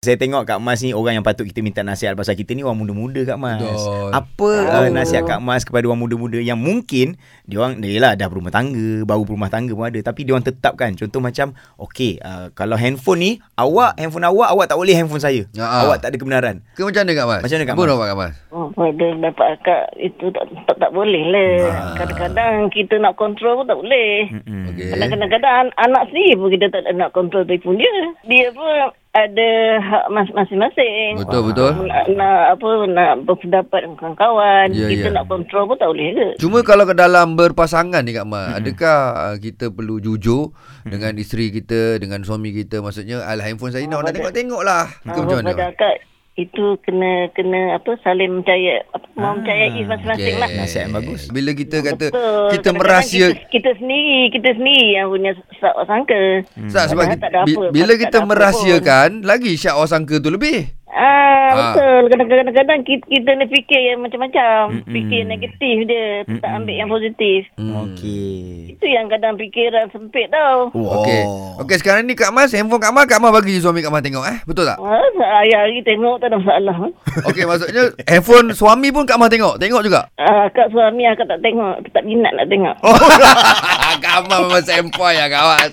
Saya tengok Kak Mas ni orang yang patut kita minta nasihat pasal kita ni orang muda-muda Kak Mas. Betul. Apa uh, nasihat Kak Mas kepada orang muda-muda yang mungkin diorang yalah lah dah berumah tangga, baru berumah tangga pun ada tapi diorang tetapkan contoh macam okey uh, kalau handphone ni awak handphone awak awak tak boleh handphone saya. Ya, ah. Awak tak ada kebenaran. Ke macam mana Kak Mas? Macam mana, Kak Apa Mas? nak buat Kak Mas? Oh, pada dapat akak itu tak, tak, tak boleh lah. Ah. Kadang-kadang kita nak kontrol pun tak boleh. Eh. Mm-mm. Okey. Dan kadang-kadang an- anak sendiri pun kita tak nak kontrol telefon dia. Dia pun ada hak mas- masing-masing. Betul betul. Nak, nak apa nak berpendapat dengan kawan-kawan. Ya, kita ya. nak kontrol pun tak boleh ke? Cuma kalau ke dalam berpasangan ni Kak Hmm. Mas, adakah uh, kita perlu jujur dengan isteri kita, dengan suami kita maksudnya, alah handphone Oh, saya nak nak tengok-tengok lah. Ke Ah, macam mana? pada akak itu kena kena apa saling percaya apa ah, mempercayai masing-masing lah. Nasihat yang bagus. Bila kita kata Betul. kita Kadang-kadang merasia kita, kita sendiri kita sendiri yang punya syak sangka. hmm. tak, sebab Padahal kita, tak ada apa, bi- bila tak kita ada apa merahsiakan lagi syak orang sangka tu lebih. Ah, Ah. betul. Kadang-kadang kadang-kadang kita, kita ni fikir yang macam-macam. Mm-mm. Fikir negatif dia. Mm-mm. Tak ambil yang positif. Okey. Oh. Itu yang kadang fikiran sempit tau. Wow. Oh, Okey. Okey sekarang ni Kak Mas handphone Kak Mas Kak Mas bagi je suami Kak Mas tengok eh. Betul tak? Ah, hari-hari tengok tak ada masalah. Okey maksudnya handphone suami pun Kak Mas tengok. Tengok juga. Ah, kak suami akak tak tengok. Tak minat nak tengok. Oh, Kak Mas memang sempoi ya Kak Mas.